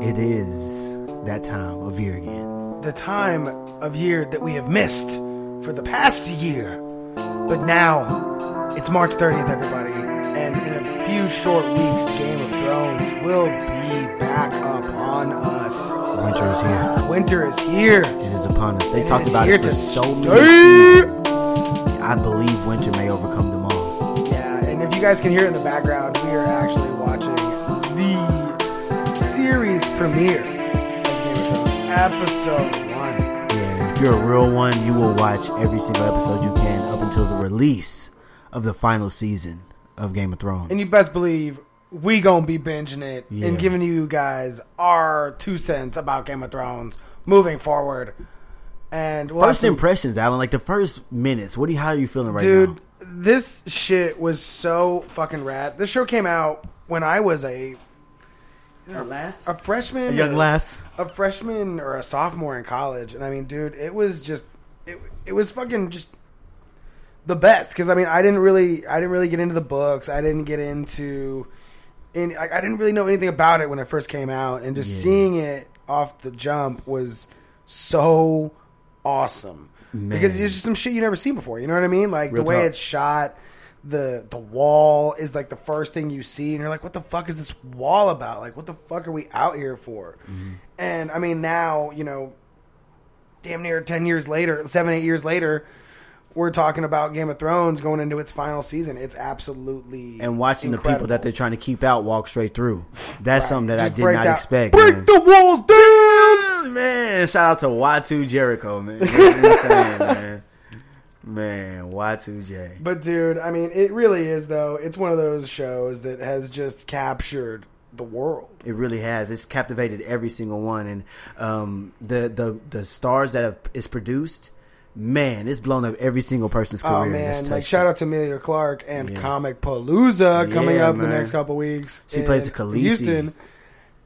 It is that time of year again. the time of year that we have missed for the past year. But now it's March 30th, everybody, and in a few short weeks, Game of Thrones will be back up on us. Winter is here. Winter is here. It is upon us. They It talked is about here it for to so many stay. seasons. I believe winter may overcome them all. Yeah, and if you guys can hear it in the background, we are actually watching the series premiere of Game of Thrones, episode one. Yeah, if you're a real one, you will watch every single episode you can up until the release of the final season of Game of Thrones. And you best believe we gonna be binging it Yeah. and giving you guys our two cents about Game of Thrones moving forward. And we'll first have to- impressions, Alan. Like the first minutes. What do you? How are you feeling right dude, now? this shit was so fucking rad. This show came out when I was a last, a freshman, young or- lass. a freshman or a sophomore in college, and I mean, dude, it was just it it was fucking just the best because I mean, I didn't really I didn't really get into the books, I didn't get into and I, I didn't really know anything about it when it first came out, and just Yeah. seeing it off the jump was so awesome because Man. it's just some shit you never seen before. You know what I mean? Like Real the way talk. it's shot. The the wall is like the first thing you see, and you're like, "What the fuck is this wall about? Like, what the fuck are we out here for?" Mm-hmm. And I mean, now you know, damn near ten years later, seven eight years later, we're talking about Game of Thrones going into its final season. It's absolutely And watching the people incredible. that they're trying to keep out walk straight through. That's something that I Just did break not that- expect. Break man. the walls down. Man, shout out to Y2 Jericho, man. You know what I'm saying, man. Man, Y2J. But dude, I mean, it really is though. It's one of those shows that has just captured the world. It really has. It's captivated every single one, and um, the the the stars that have, it's produced, man, it's blown up every single person's career. Oh that's man! touched Like it. shout out to Amelia Clark and Yeah. Comic Palooza coming Yeah, up man. the next couple weeks. She plays the in Khaleesi. Houston,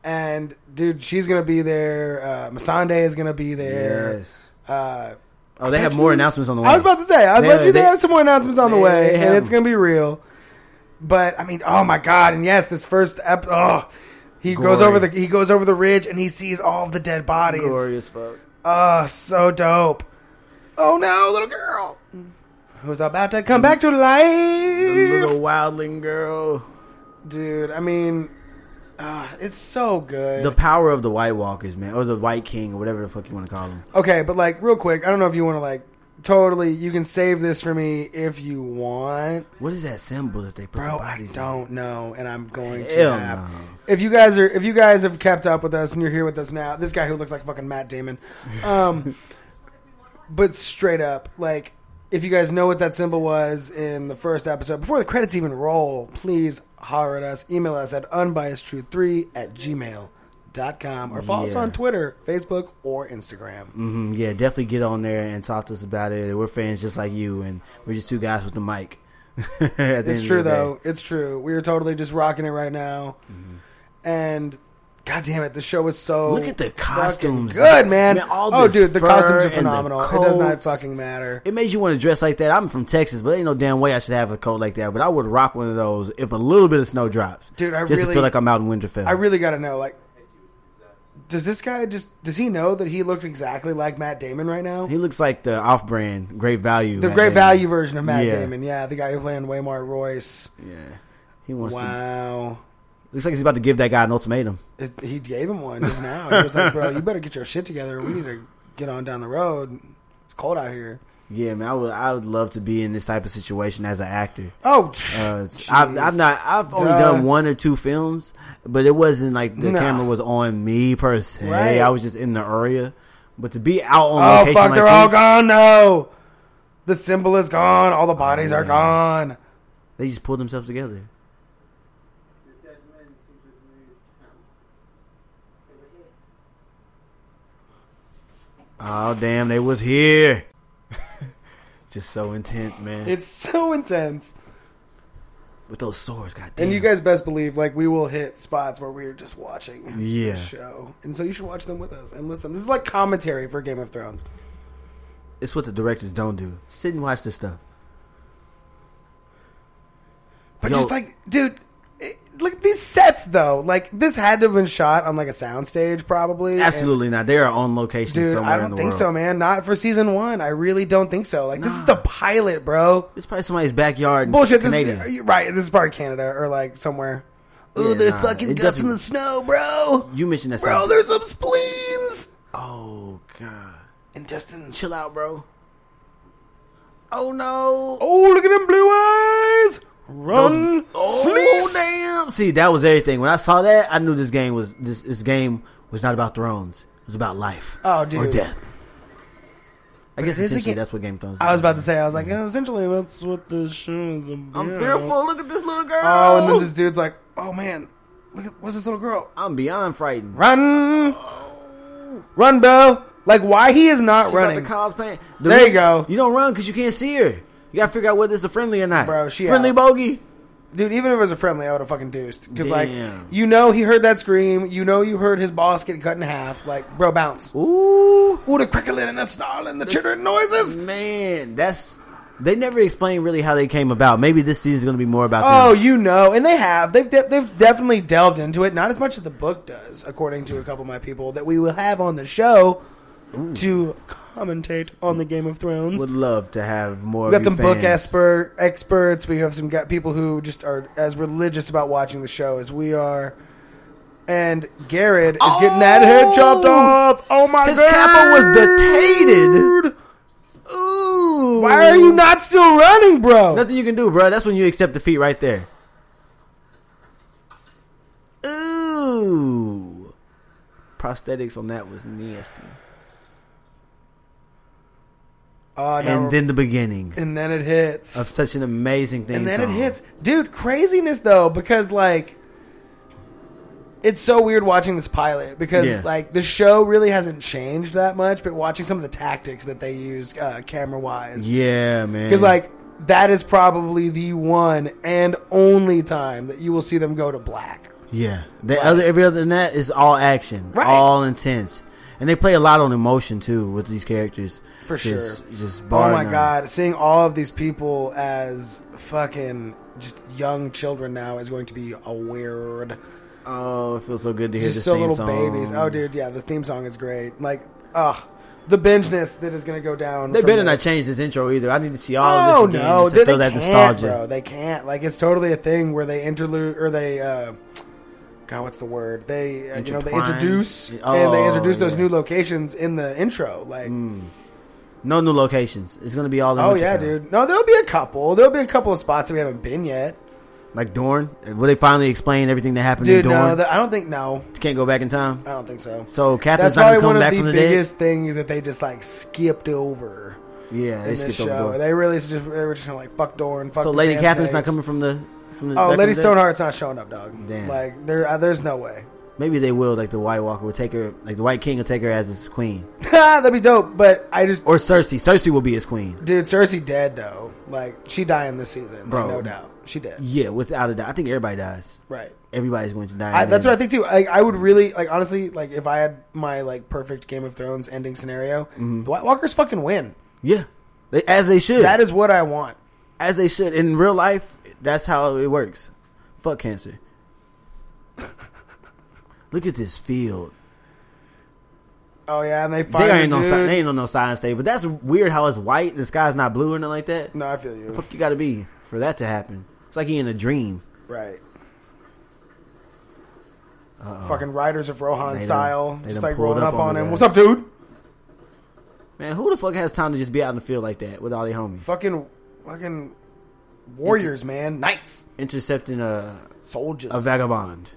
and dude, she's gonna be there. Uh, Masande is gonna be there. Yes. Uh, Oh, they have bet more you- announcements on the way. I was about to say, I was Yeah, about to. They, they- have some more announcements on the they- way, they have and it's them. gonna be real. But I mean, oh my god! And yes, this first ep. Oh, he goes Gory. over the he goes over the ridge and he sees all of the dead bodies. glorious fuck. Oh, so dope. Oh no, little girl. Who's about to come back to The life? little wildling girl. Dude, I mean, ah, it's so good. The power of the White Walkers, man, or the White King, or whatever the fuck you want to call him. okay, but like, real quick, I don't know if you want to, like, totally, you can save this for me if you want. What is that symbol that they put? Bro, the I bodies in? don't know, and I'm going to Hell have. no. If you guys are, if you guys have kept up with us and you're here with us now, this guy who looks like fucking Matt Damon, um, but straight up, like, if you guys know what that symbol was in the first episode, before the credits even roll, please holler at us, email us at unbiasedtruth3 at gmail.com, or follow us Yeah. on Twitter, Facebook, or Instagram. Mhm, yeah, definitely get on there and talk to us about it. We're fans just like you, and we're just two guys with the mic. At the end of It's the true day. Mm-hmm. though. It's true. We are totally just rocking it right now, and god damn it, the show is so. Look at the fucking costumes. good man. Man, all oh this dude, the fur costumes are and the phenomenal. It does not coats. fucking matter. It makes you want to dress like that. I'm from Texas, but ain't no damn way I should have a coat like that. But I would rock one of those if a little bit of snow drops, Dude, I just to really- feel like I'm out in Winterfell. I really got to know. Like, does this guy just does he know that he looks exactly like Matt Damon right now? he looks like the off-brand Great Value. the Matt great Damon. value version of Matt Yeah. Damon. Yeah, the guy who playing Waymar Royce. Yeah, he wants to. Wow. Looks like he's about to give that guy an ultimatum. It, he gave him one just now. He was like, "Bro, you better get your shit together. We need to get on down the road. It's cold out here." Yeah, man, I would. I would love to be in this type of situation as an actor. Oh, Uh, it's- I've, jeez. I've not. I've only Duh. done one or two films, but it wasn't like the Nah. camera was on me per se. Right. I was just in the area. But to be out on Oh location fuck, like they're all this, gone now. The symbol is gone. Oh, All the bodies are man. gone. they just pulled themselves together. Oh damn, they was here. just so intense, man. It's so intense. With those swords, goddamn. And you guys best believe, like, we will hit spots where we're just watching Yeah. the show. And so you should watch them with us and listen. This is like commentary for Game of Thrones. it's what the directors don't do. Sit and watch this stuff. But Yo. just like, dude, it, like these sets though, like this had to have been shot on like a soundstage probably. and- Absolutely not. They are on location Dude, somewhere I don't in the think world. so, man. Not for season one. I really don't think so. Like, this is the pilot, bro. It's probably somebody's backyard. in Bullshit. This Canadian. is, uh, right. This is probably Canada or like somewhere. Ooh, Yeah, there's nah, fucking it guts doesn't- in the snow, bro. you mentioned that. Bro, song. there's some spleens. Oh god. Intestines. Chill out, bro. Oh no. Oh, look at them blue eyes. Run. Oh Sleece. damn! See, that was everything. When I saw that, I knew this game was this. This game was not about thrones. It was about life. Oh, or dude. death. I guess it is a essentially ga- that's what Game of Thrones. Is I was about to say, I was like, yeah, essentially, that's what this show is about. I'm fearful. Look at this little girl. Oh, and then this dude's like, oh, man. Look at, what's this little girl? I'm beyond frightened. Run. Run, bro. Like, why he is not Oh. She about running. to cause pain. The There re- you go. You don't run because you can't see her. You gotta figure out whether it's a friendly or not. Bro, she friendly out. bogey. Dude, even if it was a friendly, I would have fucking deuced. Because, like, Damn. you know he heard that scream. You know you heard his boss get cut in half. Like, bro, bounce. Ooh, Ooh, the crickling and the snarling, the chittering noises. man, that's they never explain really how they came about. Maybe this season's gonna be more about. Oh, them. you know. And they have. They've, de- they've definitely delved into it. Not as much as the book does, according to a couple of my people, that we will have on the show to commentate on the Game of Thrones. would love to have more. We of got you some book fans. expert experts. We have some got people who just are as religious about watching the show as we are. And Garrett is getting that head chopped off. Oh my god, His kappa was detated. Ooh, Why are you not still running, bro? Nothing you can do, bro. That's when you accept defeat right there. Ooh. Prosthetics on that was nasty. Oh, no. And then the beginning and then it of hits. such an amazing thing. And then it song. hits, dude. Craziness though, because like. It's so weird watching this pilot because Yeah. like the show really hasn't changed that much, but watching some of the tactics that they use uh, camera wise, Yeah, man. Because like that is probably the one and only time that you will see them go to black. yeah, the other every other than that is all action, Right. all intense, and they play a lot on emotion too with these characters. For Just- sure. Just Oh bar my none. god, seeing all of these people as fucking just young children now is going to be a weird. Oh, it feels so good to hear Just this so theme little song. babies. Oh dude, yeah, the theme song is great. Like, ugh, the bingeness that is going to go down. They from better not this. change this intro either. I need to see all Oh of this again no, just they, to feel they that can't, nostalgia. bro. They can't. Like it's totally a thing where they interlude or they. uh God, what's the word? They uh, you know they Intertwine? introduce and they Oh, introduce those yeah. Mm, new locations in the intro. Like, No new locations. It's gonna be all. In oh Winterfell. yeah, dude. No, there'll be a couple. There'll be a couple of spots that we haven't been yet, Like Dorne. Will they finally explain everything that happened dude. in Dorne? No, the, I don't think. No, Can't go back in time. I don't think so. So Catherine's That's not gonna probably come one of back the from the biggest things that they just like skipped over dead. Yeah, they in this skipped show. over Dorne. They really just they were just kind of like fuck Dorn. Fuck So the Lady Sand Catherine's not Snakes. coming from the. From the back Oh, from Lady the dead? Stoneheart's not showing up, dog. Damn. Like there, uh, there's no way. Maybe they will. Like the White Walker will take her. Like the White King will take her as his queen, That'd be dope, but I just, or Cersei. Cersei will be his queen. dude, Cersei dead though. Like she dying this season, Bro. Like, no doubt, she dead. Yeah, without a doubt. I think everybody dies. Right. Everybody's going to die. I, And that's then- what I think too. I, I would really like honestly like if I had my like perfect Game of Thrones ending scenario, Mm-hmm. the White Walkers fucking win. Yeah, they, as they should. That is what I want. as they should in real life. That's how it works. Fuck cancer. Look at this field. Oh yeah, and they They finally ain't on dude- si- they ain't on no science day, but that's weird how it's white. The sky's not blue or nothing like that. No, I feel you. Fuck, you got to be for that to happen. It's like he in a dream. Right. Fucking Riders of Rohan They done- style, they just done like pulled rolling up up on on his him. ass. What's up, dude? Man, who the fuck has time to just be out in the field like that with all their homies, Fucking, fucking warriors, man, knights. intercepting a soldiers. a vagabond?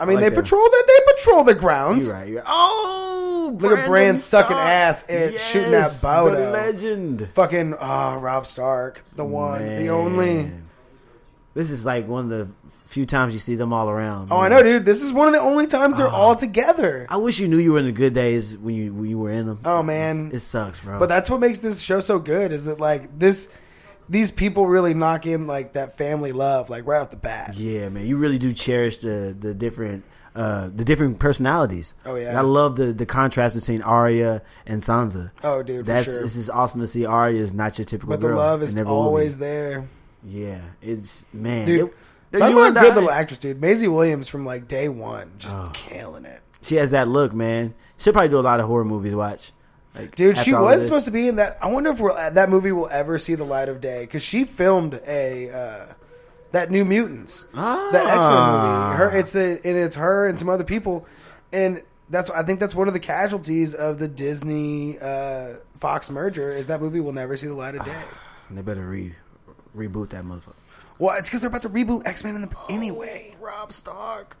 I mean, I they like that. patrol that. They patrol the grounds. You're right. You're right. Oh, Look at Bran sucking Stark. ass and shooting that Yes, Bodo. The legend. Fucking ah, Rob Stark, the one, the Man. only. This is like one of the few times you see them all around. Oh, I man. know, dude. This is one of the only times they're all together. Ah. I wish you knew you were in the good days when you when you were in them. Oh man, It sucks, bro. but that's what makes this show so good. Is that like this? These people really knock in like that family love, like right off the bat. Yeah, man, you really do cherish the the different uh the different personalities. Oh, yeah. I love the the contrast between Arya and Sansa. Oh, dude, for That's sure. it's just awesome to see Arya is not your typical. But the girl, love and is never will be. always there, Yeah, it's man. dude. it- They're Talk you about a and good I. little actress, dude. Maisie Williams from like day one, just Oh. killing it. She has that look, man. She'll probably do a lot of horror movies. Watch, like, Dude, after she all of was this. supposed to be in that. I wonder if we'll, that movie will ever see the light of day because she filmed a uh, that New Mutants, that X Ah. Men movie. Her, it's a, and it's her and some other people, and that's I think that's one of the casualties of the Disney uh, Fox merger is that movie will never see the light of day. They better re reboot that motherfucker. Well, it's because they're about to reboot X Men in the anyway. Rob Stark.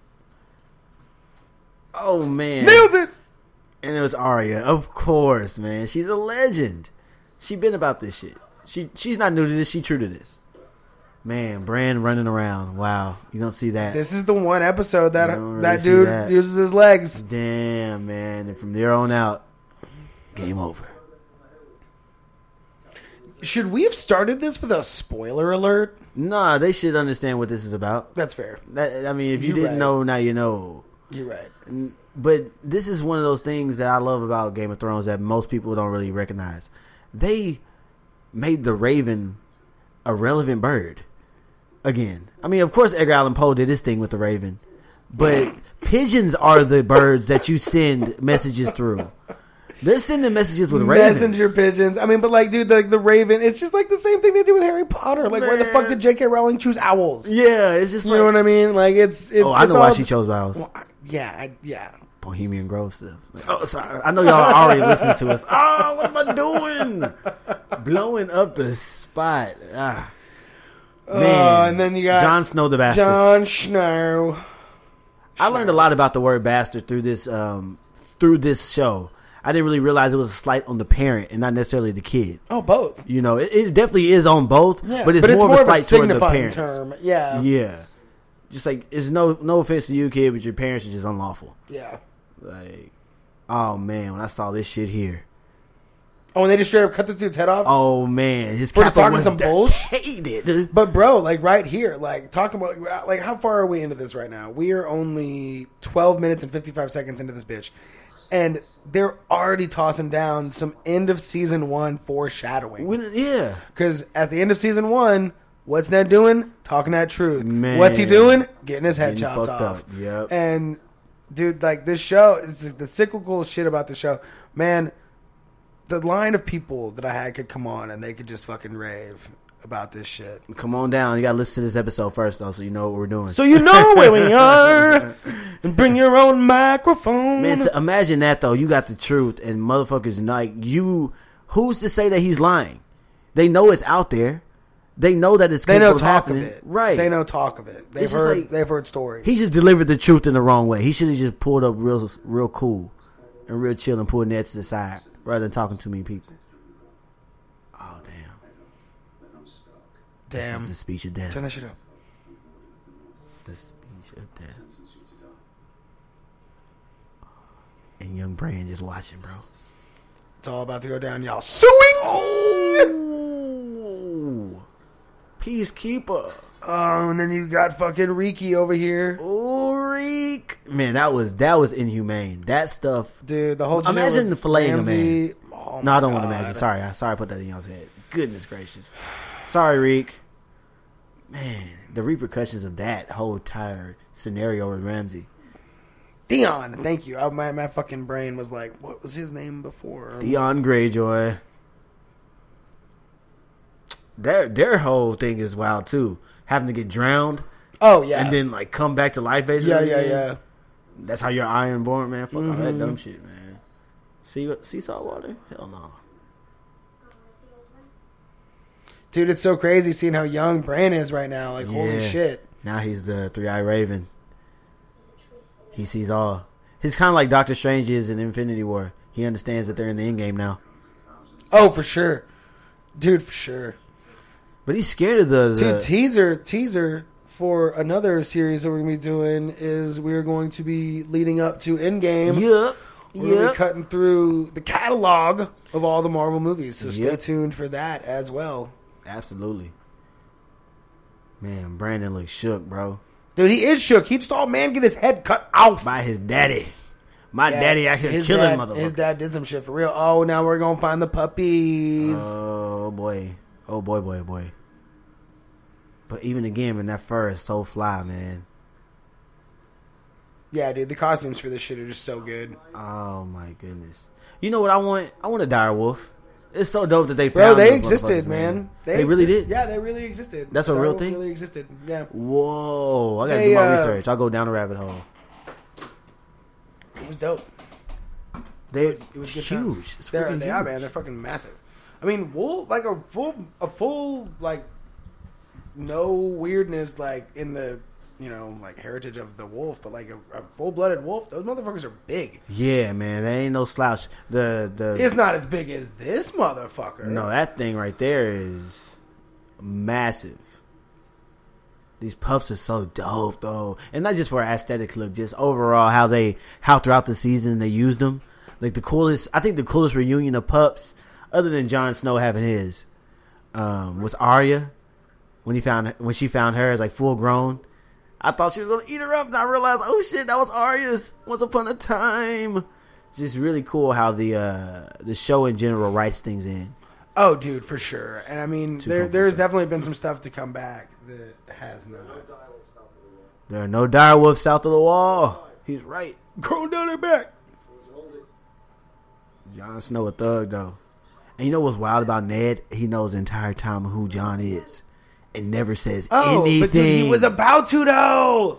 Oh man, Nailed it. and it was Arya, of course, man. She's a legend. She been about this shit. She she's not new to this. She true to this. Man, Bran running around. Wow, you don't see that. This is the one episode that You don't really that see dude that. uses his legs. Damn, man. And from there on out, game over. Should we have started this with a spoiler alert? Nah, they should understand what this is about. That's fair. That, I mean, if you You didn't right. know, now you know. You're right. N- But this is one of those things that I love about Game of Thrones that most people don't really recognize. They made the Raven a relevant bird again. I mean, of course, Edgar Allan Poe did his thing with the Raven, but pigeons are the birds that you send messages through. They're sending messages with ravens. messenger pigeons. I mean, but like, dude, like the Raven, it's just like the same thing they do with Harry Potter. Like, why the Man. fuck did J.K. Rowling choose owls? Yeah, it's just You like know what I mean? Like, it's it's. Oh, I it's know why all- she chose Miles. Well, I- yeah, I, yeah. Bohemian Grove stuff. Like, oh, sorry. I know y'all already listened to us. Oh, what am I doing? Blowing up the spot. Ah. Man. Uh, and then you got John Snow the bastard. John Snow. I learned a lot about the word bastard through this um, through this show. I didn't really realize it was a slight on the parent and not necessarily the kid. Oh, both. You know, it, it definitely is on both, Yeah, but, it's, more of a slight toward the signifying parents. term. Yeah, yeah. Yeah, just like it's no no offense to you, kid, but your parents are just unlawful. Like, oh man, when I saw this shit here, Oh, and they just straight up cut this dude's head off. oh man, his We're just capital talking was some bullsh- decayed. But bro, like right here, like talking about like how far are we into this right now? We are only twelve minutes and fifty five seconds into this bitch, and they're already tossing down some end of season one foreshadowing. When, yeah, Because at the end of season one, what's Ned doing? Talking that truth. Man. What's he doing? Getting his head Getting chopped fucked off. up. Yep. And dude, like this show, it's the- the cyclical shit about the show, man. The line of people that I had could come on and they could just fucking rave about this shit. come on down. You gotta listen to this episode first, though, so you know what we're doing. So you know where we are. And bring your own microphone. Man, to imagine that though, you got the truth, and motherfuckers like you. Who's to say that he's lying? They know it's out there. They know that it's they capable know of talk of happening. it. right? They know talk of it. They've just heard like- they've heard stories. He just delivered the truth in the wrong way. He should have just pulled up real, real cool and real chill and pulled Ned to the side rather than talking to many people. Oh damn! This is Damn. the speech of death. Turn that shit up. The speech of death. And young Brand just watching, bro. It's all about to go down, y'all. Suing! Ooh. Peacekeeper. Oh, and then you got fucking Riki over here. Ulrich. Man, that was that was inhumane. That stuff. Dude, the whole shit Imagine with filleting a Ramsey. man. Oh no, my I don't want to God. imagine. Sorry, I sorry I put that in y'all's head. Goodness gracious. Sorry, Reek. Man, the repercussions of that whole entire scenario with Ramsey. Theon, thank you. I, my, my fucking brain was like, what was his name before? Theon Greyjoy. Their their whole thing is wild too. Having to get drowned Oh, yeah. and then like come back to life basically. yeah, yeah, yeah. Mm-hmm. That's how you're ironborn, man. Fuck all that dumb shit, man. Sea sea salt water? Hell no. Dude, it's so crazy seeing how young Bran is right now. Like, holy Yeah. shit. Now he's the three eyed raven. He sees all. He's kind of like Doctor Strange is in Infinity War. He understands that they're in the end game now, Oh, for sure. Dude, for sure. but he's scared of the. Dude, the teaser, teaser for another series that we're going to be doing is we're going to be leading up to Endgame. yep, We're gonna yep. be cutting through the catalog of all the Marvel movies, so stay Yep. tuned for that as well. Absolutely. Man, Brandon looks shook, bro. Dude, he is shook. He just saw a man get his head cut off. By his daddy. My Yeah, daddy out here his killing dad, motherfuckers. His dad did some shit for real. Oh, now we're gonna Uh. find the puppies. Oh boy. Oh boy, boy, boy. But even again, man, that fur is so fly, man. Yeah, dude, the costumes for this shit are just so good. Oh my goodness. You know what I want? I want a dire wolf. It's so dope that they Bro, found they those existed, motherfuckers, man. They really existed. did? Yeah, they really existed. That's a Dark real Wolf thing? Really existed. Yeah. Whoa! I gotta They, do my uh, research. I'll go down the rabbit hole. It was dope. They, was- it was good times. huge. It's They're, freaking they are, huge. man. They're fucking massive. I mean, wool like a full a full like no weirdness like in the you know like heritage of the wolf, but like a, a full blooded wolf. Those motherfuckers are big. Yeah, man. They ain't no slouch. The the It's not as big as this motherfucker. no that thing right there is massive. These pups are so dope though, and not just for aesthetic look, just overall how they how throughout the season they used them. Like the coolest, I think the coolest reunion of pups, other than Jon Snow having his, um, was Arya when he found when she found her as like full grown. I thought she was gonna eat her up, and I realized, oh shit, that was Arya's once upon a time. It's just really cool how the uh the show in general writes things in. Oh, dude, for sure. And I mean, there, people there's said. definitely been some stuff to come back that has not. There are no dire wolves south of the wall. He's right. Go down and back. Jon Snow a thug though. And you know what's wild about Ned? He knows the entire time who John is. And never says Oh, anything. but dude, he was about to though.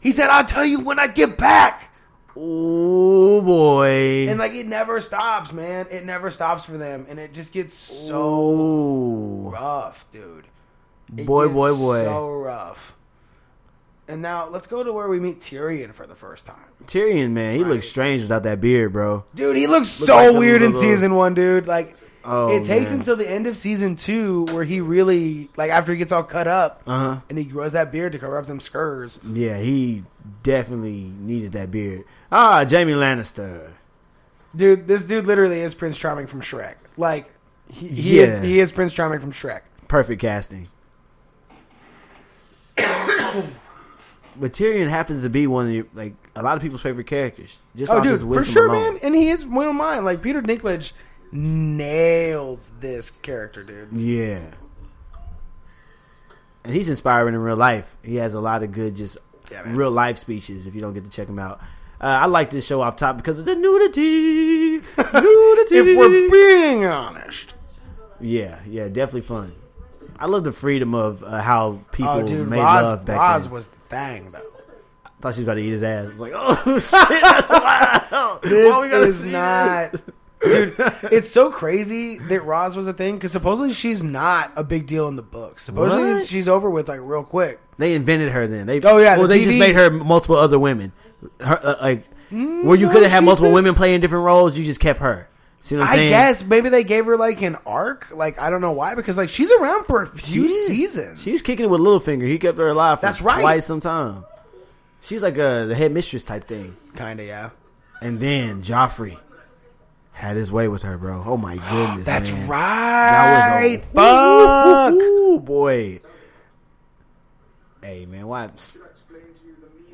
He said, "I'll tell you when I get back." Oh boy. And like, it never stops, man. It never stops for them, and it just gets so oh rough, dude. It boy, gets boy, boy. so rough. And now let's go to where we meet Tyrion for the first time. Tyrion, man, he looks strange without that beard, bro. Dude, he looks Looks so like a weird in little- season one, dude. Like, Oh, it takes man. until the end of season two where he really, like, after he gets all cut up Uh huh. and he grows that beard to cover up them scurs. Yeah, he definitely needed that beard. Ah, Jamie Lannister. Dude, this dude literally is Prince Charming from Shrek. Like, he, he, is, Yeah. he is Prince Charming from Shrek. Perfect casting. but Tyrion happens to be one of your, like a lot of people's favorite characters. Just Oh, off dude, his for wisdom sure, alone. man. And he is well mine. Like, Peter Dinklage nails this character, dude. Yeah. And he's inspiring in real life. He has a lot of good, just Yeah, man. real life speeches. If you don't get to check him out, uh, I like this show off top because of the nudity. Nudity. If we're being honest. Yeah, yeah, definitely fun. I love the freedom of uh, how people Oh, dude, made Roz, love back Roz then. was the thing, though. I thought she was about to eat his ass. I was like, oh shit, that's wild. This Why we gotta is see not. this? Dude, it's so crazy that Roz was a thing because supposedly she's not a big deal in the book. Supposedly What? she's over with like real quick. They invented her then. They Oh, yeah, well, the they TV. just made her multiple other women. Her uh, like where you Mm, no, could have had she's multiple this- women playing different roles. You just kept her. See what I'm I saying? guess maybe they gave her like an arc. Like I don't know why because like she's around for a She few is. seasons. She's kicking it with Littlefinger. He kept her alive. For That's right. Quite some time. She's like a the head mistress type thing. kind of yeah. And then Joffrey had his way with her, bro. Oh my goodness, That's man. That right. was a- Fuck. Ooh, Oh, boy. Hey man, why?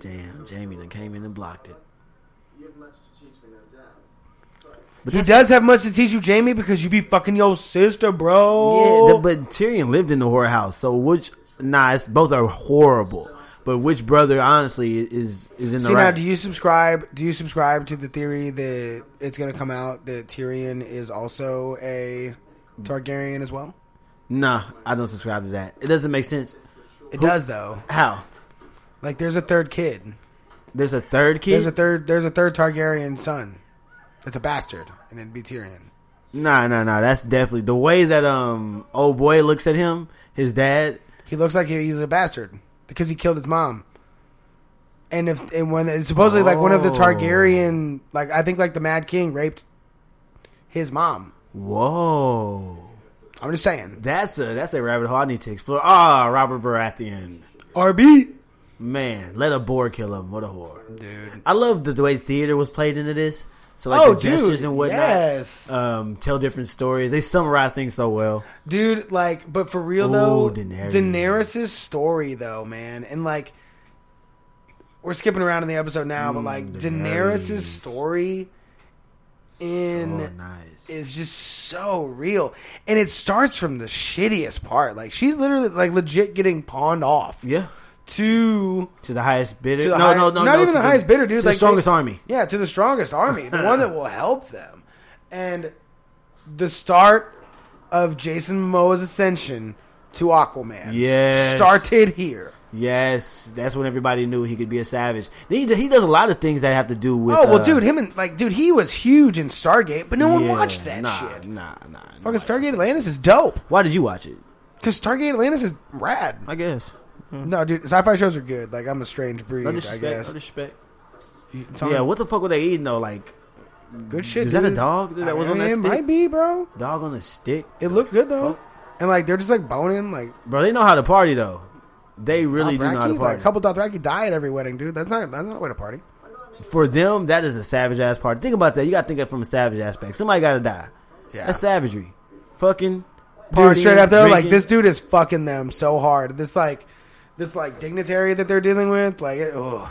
Damn, Jamie done came in and blocked it. But He that's- does have much to teach you, Jamie, because you be fucking your sister, bro. Yeah, the, but Tyrion lived in the whorehouse, so which? Nah, it's, both are horrible. But which brother, honestly, is is in the See now, right? do you subscribe? Do you subscribe to the theory that it's going to come out that Tyrion is also a Targaryen as well? nah, I don't subscribe to that. It doesn't make sense. It does though. How? Like, there's a third kid. There's a third kid. There's a third. There's a third Targaryen son. It's a bastard, and it'd be Tyrion. Nah, nah, nah. That's definitely the way that um old boy looks at him, his dad. He looks like he's a bastard because he killed his mom. And if and when and supposedly like one of the Oh. Targaryen, like I think like the Mad King raped his mom. Whoa, I'm just saying. that's a that's a rabbit hole I need to explore. Ah, Robert Baratheon, RB, man, let a boar kill him. What a whore! dude. I love the, the way theater was played into this. So like Oh, the gestures dude, and whatnot, yes. um, tell different stories. They summarize things so well. dude like but for real Ooh, though Oh, Daenerys. daenerys's story though man and like Mm, we're skipping around in the episode now but like daenerys's Daenerys. story in so Oh, nice. is just so real. And it starts from the shittiest part. Like she's literally like legit getting pawned off yeah. to To the highest bidder. to the no, high- no, no, not no, even to the highest bidder, dude. To like the strongest they- army. Yeah, to the strongest army, the one that will help them. And the start of Jason Momoa's ascension to Aquaman, Yes. started here. Yes, that's when everybody knew he could be a savage. He, he does a lot of things that have to do with. Oh well, uh, dude, him and like, dude, he was huge in Stargate, but no one yeah, watched that nah, shit. Nah, nah, nah. Fucking Stargate Atlantis is dope Why did you watch it? because Stargate Atlantis is rad. I guess. No, dude, sci-fi shows are good. Like I'm a strange breed, No I disrespect. guess. No disrespect. It's on- Yeah, what the fuck were they eating though? Like good shit. is that a dude. dog that I was on mean, that It stick? might be, bro. dog on a stick, It looked good though, fuck? and like they're just like boning like bro. They know how to party though. They really do know how to Dothraki. Like party. a couple Dothraki die at every wedding, dude. That's not that's not a way to party. For them, that is a savage ass party. Think about that. You got to think of it from a savage aspect. Somebody got to die. Yeah, That's savagery. Fucking. dude. partying, Straight up though, like drinking. this dude is fucking them so hard. This like this like dignitary that they're dealing with, like it, ugh.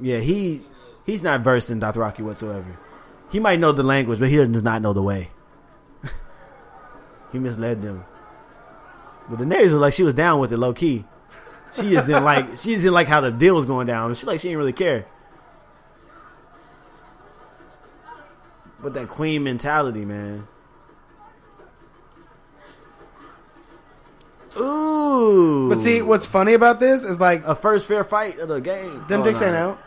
Yeah, he he's not versed in Dothraki whatsoever. He might know the language, but he does not know the way. he misled them. But Daenerys was like she was down with it low key. She just didn't like she just didn't like how the deal was going down. She like she didn't really care. But that queen mentality, man. Ooh. Oh, But see, what's funny about this is like a first fair fight of the game. them Oh, dicks no. ain't out.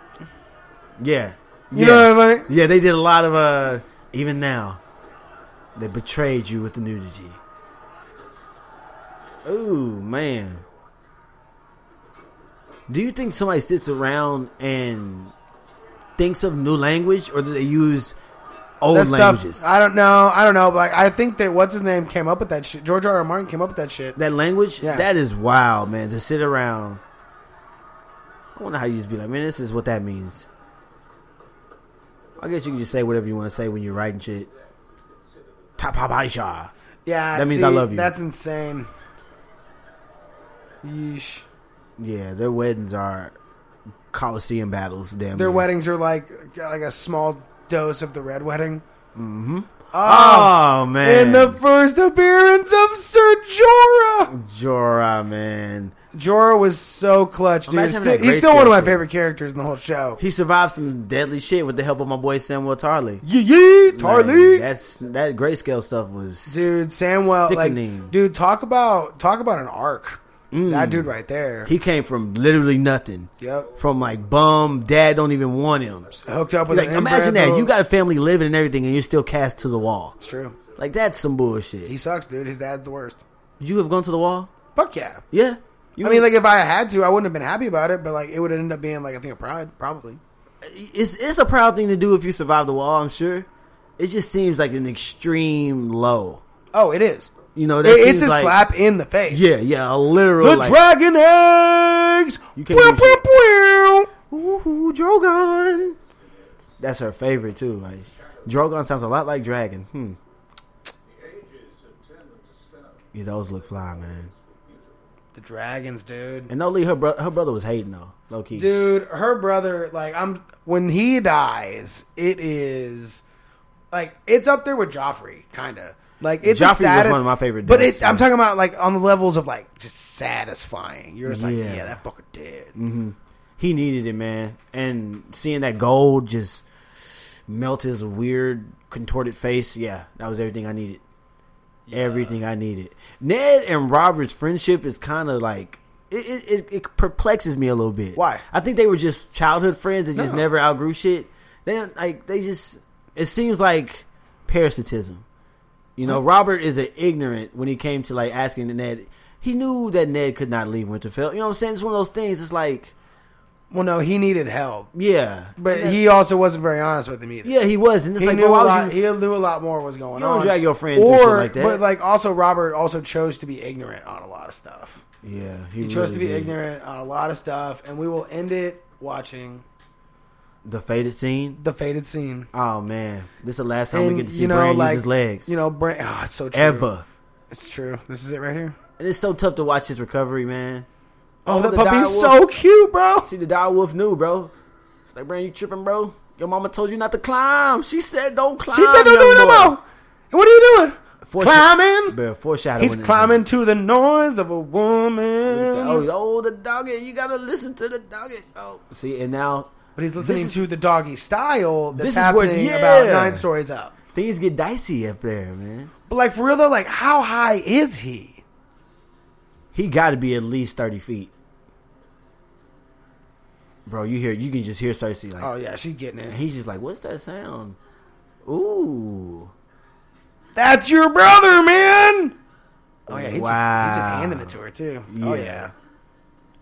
Yeah. You yeah. know what I mean? Yeah, they did a lot of uh even now. They betrayed you with the nudity. Ooh, man. Do you think somebody sits around and thinks of new language or do they use old That languages? stuff. I don't know. I don't know. But like, I think that what's his name came up with that shit. George R. R. Martin came up with that shit. that language? Yeah. That is wild, man, to sit around. I wonder how you just be like, man, this is what that means. I guess you can just say whatever you want to say when you're writing shit. Tapabaisha. Yeah, That means I see, love you. That's insane. Yeesh. Yeah, their weddings are coliseum battles. Damn, Their near. weddings are like like a small dose of the red wedding. Mm-hmm. Oh, Oh man, and the first appearance of Sir Jorah. Jorah man, Jorah was so clutch, dude. Imagine having Still- that he's still one of my grayscale favorite characters in the whole show. he survived some deadly shit with the help of my boy Samuel Tarly. Yeah, yeah, Man, Tarly. that's that grayscale stuff was dude, Samwell, Sickening. Mm. like, dude, talk about talk about an arc. That dude right there. He came from literally nothing. Yep. From like bum, dad don't even want him. hooked up with Like an imagine inbred that. little- You got a family living and everything and you're still cast to the wall. It's true. Like that's some bullshit. He sucks, dude. His dad's the worst. you have gone to the wall? Fuck yeah. Yeah. You I mean, like if I had to, I wouldn't have been happy about it, but like it would have ended up being like I think a pride, probably. it's it's a proud thing to do if you survive the wall, I'm sure. It just seems like an extreme low. Oh, it is. You know, that It- it's seems a like- slap in the face. Yeah, yeah, a literal The like, dragon eggs. You can't Wah, do shit. wah, wah. Ooh, Drogon. That's her favorite too. Like Drogon sounds a lot like dragon. Hmm. Yeah, those look fly, man. The dragons, dude. And no, Lee, her bro- her brother was hating though, low key. Dude, her brother. Like I'm. When he dies, it is like it's up there with Joffrey, kind of. Like it's the Joffrey was saddest, one of my favorite But deaths, it, I'm yeah. talking about like on the levels of like just satisfying. You're just like, Yeah. Mm-hmm. yeah, that fucker did. He needed it, man. And seeing that gold just melt his weird contorted face, yeah, that was everything I needed. Everything I needed. Ned and Robert's friendship is kind of like it, it, it, it perplexes me a little bit. Why? I think they were just childhood friends that just No. never outgrew shit. They don't- like they just it seems like parasitism. You know, Robert is an ignorant when he came to like asking Ned. He knew that Ned could not leave Winterfell. You know what I'm saying? It's one of those things. It's like Well, no, he needed help. yeah, But And that- he also wasn't very honest with him either. yeah, he was, and it's He like, knew bro, a why lot. would you? He knew a lot more was going You on. don't drag your friends and shit like that. but like also Robert also chose to be ignorant on a lot of stuff. yeah, He chose really to be did. ignorant on a lot of stuff, and we will end it watching The faded scene. the faded scene. Oh man, this is the last time we And get to see you know, Bran like use his legs You know, Brand. Oh, it's so true. ever, It's true. This is it right here. and it's so tough to watch his recovery, man. Oh, Oh, that the puppy's dire wolf. so cute, bro. See, the dire wolf knew, bro. It's like, Bran, you tripping, bro? Your mama told you not to climb. She said don't climb. She said, "Don't do it no more." And what are you doing? Climbing. Bear foreshadowing. He's is- climbing to the noise of a woman. Oh, oh, the doggy. You gotta listen to the doggy. Oh, see, and now But he's listening This is- to the doggy style This that's is where- happening about yeah. nine stories up. things get dicey up there, man. But like for real though, like how high is he? He got to be at least thirty feet, bro. You hear? You can just hear Cersei like, Oh yeah, she's getting and it. he's just like, "What's that sound?" Ooh, That's your brother, man. Oh yeah, he, just, he just Wow. handed it to her too. Oh yeah,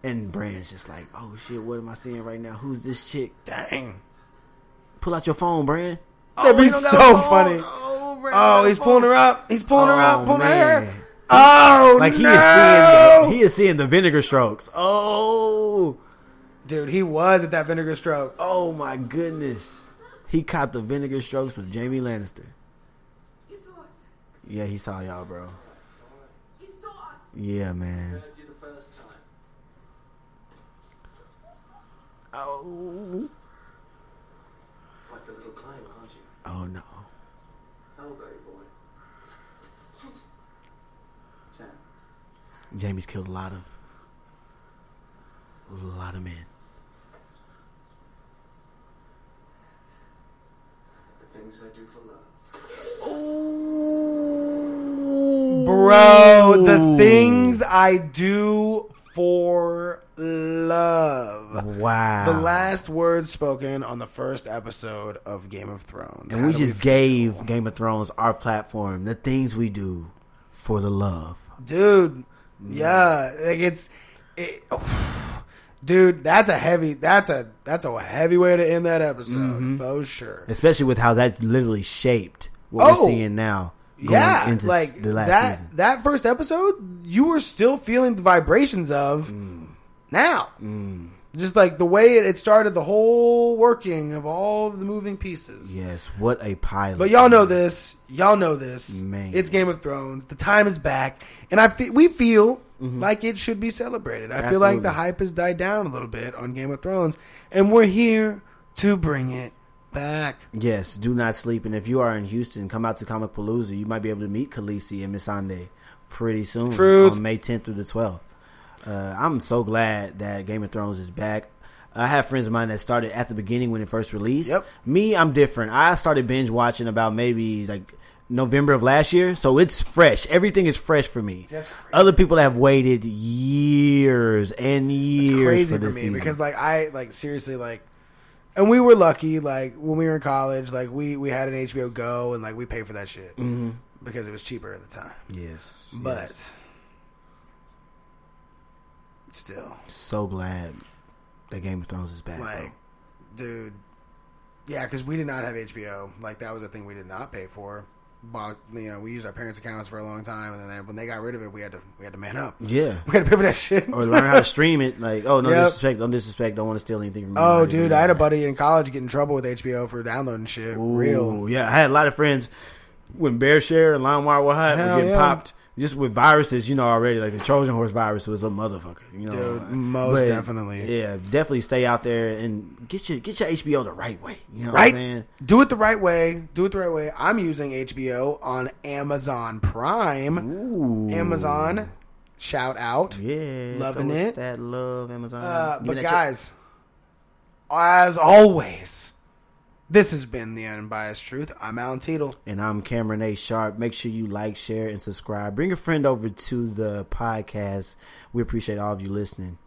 Yeah. and Bran's just like, "Oh shit, what am I seeing right now? Who's this chick? dang. Oh, Pull out your phone, Bran." That'd be he don't got a so phone. funny. Oh, Bran got Oh, a he's phone. pulling her up. He's pulling her up. Oh, Pulling her hair. man. Oh Like he no! is seeing, he is seeing the vinegar strokes. Oh, Dude, he was at that vinegar stroke. oh my goodness! He caught the vinegar strokes of Jamie Lannister. He saw us. Yeah, he saw y'all, bro. He saw us. Yeah, man. grabbed you the first time. Oh, Quite the little climb, aren't you? oh no. How old are you, boy? Ten. Ten. Jamie's killed a lot of, a lot of men. The things I do for love. Bro, the things I do for love. Wow. The last words spoken on the first episode of Game of Thrones. And How we do just f- gave Game of Thrones our platform. The things we do for the love. dude, Mm. yeah, like it's, it, dude, that's a heavy, that's a that's a heavy way to end that episode Mm-hmm. for sure. especially with how that literally shaped what Oh. we're seeing now. Going yeah, into s- like the last that season. that first episode, you were still feeling the vibrations of Mm. now. Just like the way it, it started, the whole working of all of the moving pieces. Yes, what a pilot! But y'all know this. Y'all know this. Man. It's Game of Thrones. The time is back, and I fe- we feel like it should be celebrated. I feel like Mm-hmm. Absolutely. the hype has died down a little bit on Game of Thrones, and we're here to bring it back. Yes, do not sleep, and if you are in Houston, come out to Comic Palooza. You might be able to meet Khaleesi and Missandei pretty soon Truth. on May 10th through the 12th. Uh, I'm so glad that Game of Thrones is back. I have friends of mine that started at the beginning when it first released. Yep. Me, I'm different. I started binge watching about maybe like November of last year, so it's fresh. Everything is fresh for me. That's crazy. Other people have waited years and years it's crazy for for, this me season. because like I like seriously like and we were lucky like when we were in college like we we had an HBO Go and like we paid for that shit because it was cheaper at the time yes, but Mm-hmm. yes. still so glad that Game of Thrones is back. bro. like dude yeah because we did not have HBO like that was a thing we did not pay for but you know we used our parents' accounts for a long time and then they, when they got rid of it we had to we had to man up Yeah. we had to pay for that shit or learn how to stream it. Like, oh no, Yep. disrespect, don't disrespect, don't want to steal anything from. oh anybody. dude I had a buddy in college get in trouble with HBO for downloading shit Ooh, real Yeah, I had a lot of friends when BearShare and LimeWire were hot, Hell were getting yeah. popped just with viruses. You know already, like the Trojan horse virus was a motherfucker. You know, Dude, most definitely. Yeah, definitely stay out there and get your get your HBO the right way. You know what I'm right? saying? Do it the right way. Do it the right way. I'm using HBO on Amazon Prime. Ooh, Amazon, shout out. yeah, Loving go with it. That love Amazon, Uh, Giving but that guys, as always, this has been the unbiased truth. I'm Alan Teetle. and I'm Cameron A. Sharp. Make sure you like, share, and subscribe. Bring a friend over to the podcast. We appreciate all of you listening.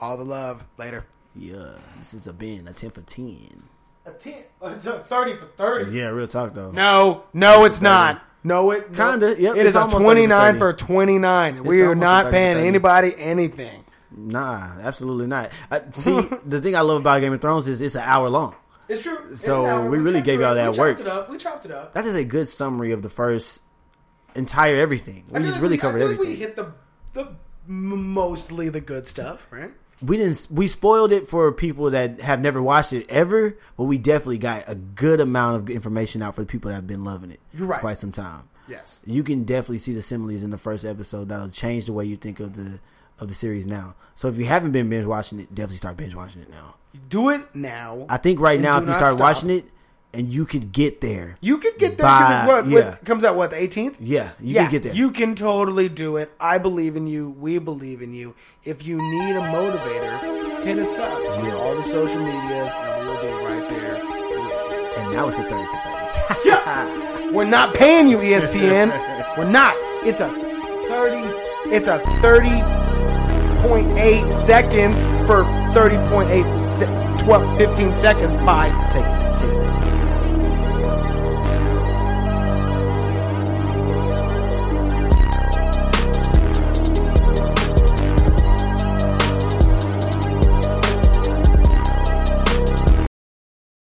All the love. Later. Yeah, this is a bin, a 10 for 10. A ten, thirty for thirty. Yeah, real talk though. No, no, it's not. No, it no. Kinda, yep, It it's is a almost twenty 30. nine for twenty nine. We are almost a not 30. paying anybody anything. Nah, absolutely not. I, see, the thing I love about Game of Thrones is it's an hour long. It's true. So, an hour. we We really kept gave it. y'all that We chopped work. it up. We chopped it up. That is a good summary of the first entire everything. We I feel just like really I covered feel like everything. We hit the the m- mostly the good stuff, right? we didn't we spoiled it for people that have never watched it ever but we definitely got a good amount of information out for the people that have been loving it You're right. for quite some time Yes. you can definitely see the similes in the first episode that'll change the way you think of the of the series now. So if you haven't been binge watching it, definitely start binge watching it now. Do it now. I think right And now, do if you not start stop. watching it, and you could get there, you could get there because By- what, yeah. what comes out what the 18th. yeah, you yeah, could get there. You can totally do it. I believe in you. We believe in you. If you need a motivator, hit us up. on All the social medias, and we'll be right there with and now it's a thirty for thirty. you. We're not paying you, E ESPN. We're not. It's a thirty. It's a thirty point eight seconds for thirty point eight se- 12, 15 seconds. Bye. take that, take that.